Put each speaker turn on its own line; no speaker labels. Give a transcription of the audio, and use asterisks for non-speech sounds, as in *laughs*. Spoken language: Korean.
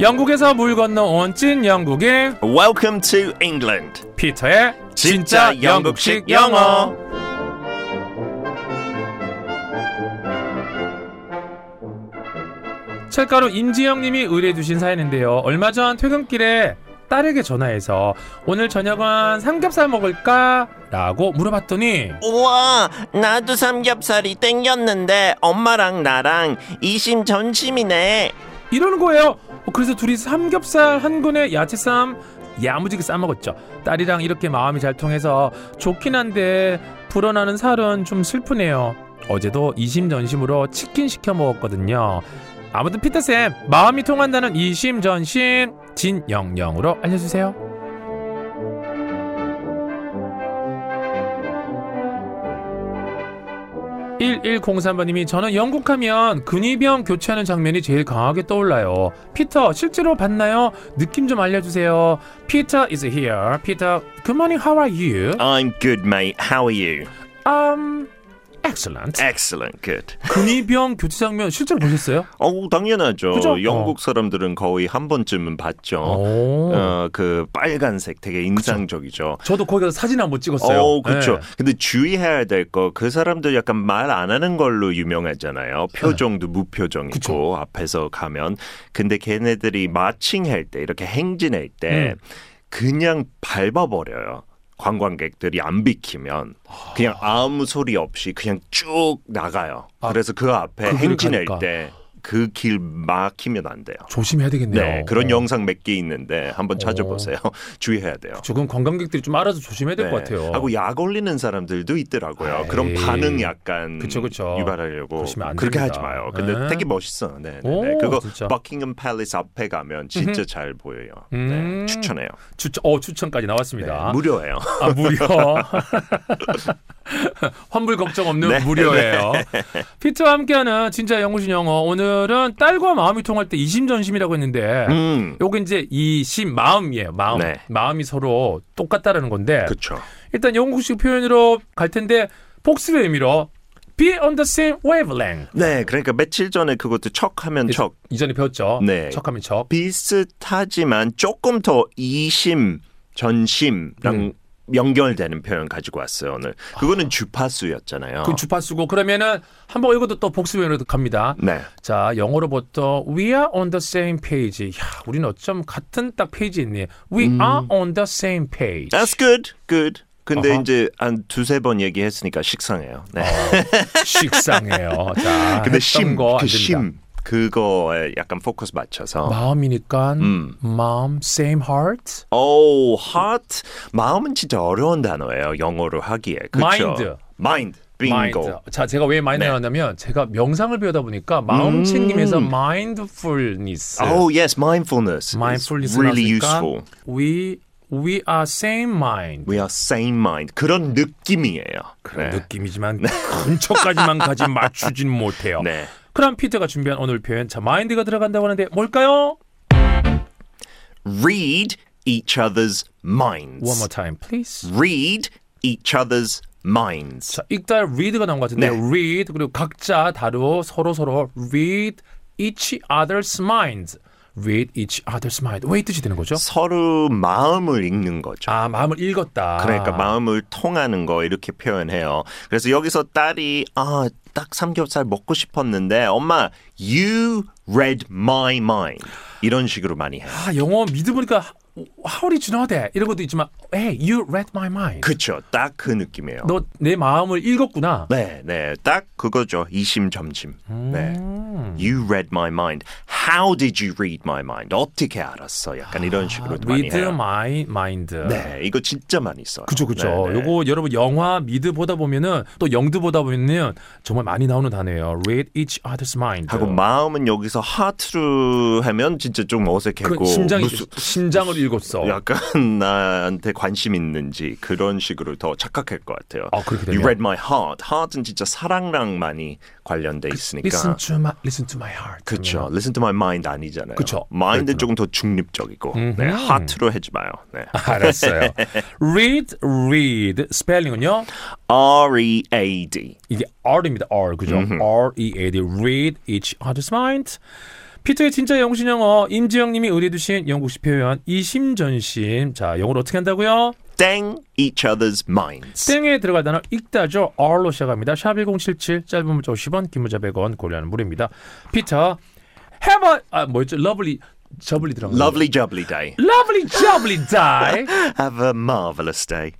영국에서 물 건너온 찐 영국인
Welcome to England.
피터의 진짜 영국식 영어. 철가루 임지영님이 의뢰해주신 사연인데요. 얼마 전 퇴근길에 딸에게 전화해서 오늘 저녁은 삼겹살 먹을까? 라고 물어봤더니
우와, 나도 삼겹살이 땡겼는데 엄마랑 나랑 이심 전심이네.
이러는 거예요. 그래서 둘이 삼겹살 한 근에 야채쌈 야무지게 싸먹었죠. 딸이랑 이렇게 마음이 잘 통해서 좋긴 한데 불어나는 살은 좀 슬프네요. 어제도 이심전심으로 치킨 시켜 먹었거든요. 아무튼 피터쌤 마음이 통한다는 이심전심 진영영으로 알려주세요. 일1 0 3번님이 저는 영국하면 근위병 교체하는 장면이 제일 강하게 떠올라요. 피터 실제로 봤나요? 느낌 좀 알려주세요. Peter is here. Peter, good morning. How are you?
I'm good, mate. How are you?
Um, excellent.
Excellent, good.
근위병 교체 장면 실제로 보셨어요?
어우, 당연하죠.
그죠?
영국 사람들은 거의 한 번쯤은 봤죠.
오.
어, 그 빨간색 되게 인상적이죠.
저도 거기 가서 사진 한번 찍었어요.
어, 그렇죠.
네.
근데 주의해야 될 거 그 사람들 약간 말 안 하는 걸로 유명하잖아요. 표정도 무표정이고
네. 그쵸.
앞에서 가면 근데 걔네들이 마칭할 때 이렇게 행진할 때
음.
그냥 밟아버려요. 관광객들이 안 비키면 그냥 아무 소리 없이 그냥 쭉 나가요.
아,
그래서 그 앞에
그 길을
행진할
가니까.
때 그 길 막히면 안 돼요.
조심해야 되겠네요.
네, 그런
어.
영상 몇 개 있는데 한번 찾아보세요. *laughs* 주의해야 돼요.
조금 관광객들이 좀 알아서 조심해야 될
네.
것 같아요.
하고 약 올리는 사람들도 있더라고요.
에이.
그런 반응 약간
그쵸, 그쵸.
유발하려고
그러시면 안
그렇게
됩니다.
하지 마요. 근데
네.
되게 멋있어. 네, 네, 네.
오,
그거
진짜.
버킹엄 팰리스 앞에 가면 진짜 잘 보여요. 네,
음.
추천해요.
추천, 어, 추천까지
네,
나왔습니다. *laughs*
무료예요.
아 무료 환불 걱정 없는
네,
무료예요. 피트와 함께하는 진짜 영구신 영어 오늘은 딸과 마음이 통할 때 이심전심이라고 했는데
음,
요게 이제 이심 마음이에요. 마음
네.
마음이 서로 똑같다라는 건데
그렇죠.
일단 영국식 표현으로 갈 텐데 복습의 의미로 be on the same wavelength
네, 그러니까 며칠 전에 그것도 척하면 척
이전에 배웠죠.
네.
척하면 척.
비슷하지만 조금 더 이심 전심랑
음.
연결되는 표현 가지고 왔어요 오늘. 그거는 주파수였잖아요.
그 주파수고 그러면은 한번 읽어도 또 복습의 의미로 갑니다.
네.
자, 영어로부터 we are on the same page. 야, 우리는 어쩜 같은 딱 페이지 있니? We
음.
are on the same page.
That's good, good. 근데
어허.
이제 한 두세 번 얘기했으니까 식상해요. 네.
식상해요. 자,
근데
했던
심,
거안
그
됩니다.
심, 그거에 약간 포커스 맞춰서.
마음이니까
음.
마음 same heart.
오, Oh, heart. 마음은 진짜 어려운 단어예요. 영어로 하기에. 그렇죠?
Mind.
mind. bingo.
마인드. 자, 제가 왜 마인드
네.
나왔냐면 제가 명상을 배우다 보니까 마음
음.
챙김에서 mindfulness.
Oh, yes, mindfulness.
네. mindfulness
It's really
나왔으니까
useful.
we we are same mind.
We are same mind. 그런 느낌이에요.
그런
네.
느낌이지만 근처까지만
*laughs*
가지 맞추진 못해요.
네.
그럼 피터가 준비한 오늘 표현 자 마인드가 들어간다고 하는데 뭘까요?
Read each other's minds.
One more time, please.
Read each other's minds.
자, 읽다 read가 나온 것 같은데
네.
read 그리고 각자 다루 서로 서로 read each other's minds. read each other's mind. 왜 이 뜻이 되는 거죠?
서로 마음을 읽는 거죠.
아, 마음을 읽었다.
그러니까 마음을 통하는 거 이렇게 표현해요. 그래서 여기서 딸이 아, 딱 삼겹살 먹고 싶었는데 엄마 you read my mind 이런 식으로 많이 해요.
아, 영어 믿어보니까 how did you know that? 이런 것도 있지만 hey, you read my mind.
그렇죠. 딱 그 느낌이에요.
너 내 마음을 읽었구나.
네, 네. 딱 그거죠. 이심점심. 네.
음.
You read my mind. How did you read my mind? 어떻게 알았어? 약간
아,
이런 식으로 도 많이
read
해요.
my mind.
네, 이거 진짜 많이 써요.
그죠 그죠.
네, 네.
요거 여러분 영화 미드 보다 보면은 또 영드 보다 보면은 정말 많이 나오는 단어예요. Read each other's mind.
하고 마음은 여기서 하트로 하면 진짜 좀
그
어색하고
심장이
무슨-
심장을 읽었어.
약간 *laughs* 나한테 관심 있는지 그런 식으로 더 착각할 것 같아요.
아, 그렇게
You
되면
read my heart. heart은 진짜 사랑랑 많이 관련돼 있으니까.
그 Listen to my listen to my heart.
그러니까. 그렇죠. Listen to my mind 아니잖아요.
그쵸.
mind은 조금 더 중립적이고 네,
음흠. 아.
heart로 해지 마요. 네. *laughs*
알았어요. read read 스펠링은요.
R E A D.
이게 R입니다. R 그죠? R E A D read each other's mind. 피터의 진짜 영신 영어 임지영님이 의뢰해주신 영국식 표현 이심전심. 자 영어로 어떻게 한다고요?
Dang each other's minds.
땡에 들어갈 단어 읽다죠. R로 시작합니다. 샵1077 짧은 문자 50원 긴 문자 100원 고려하는 무료입니다. 피터 have a 아 뭐였죠? lovely 저블리 들어가
Lovely jubbly day.
lovely jubbly die
Have a marvelous day.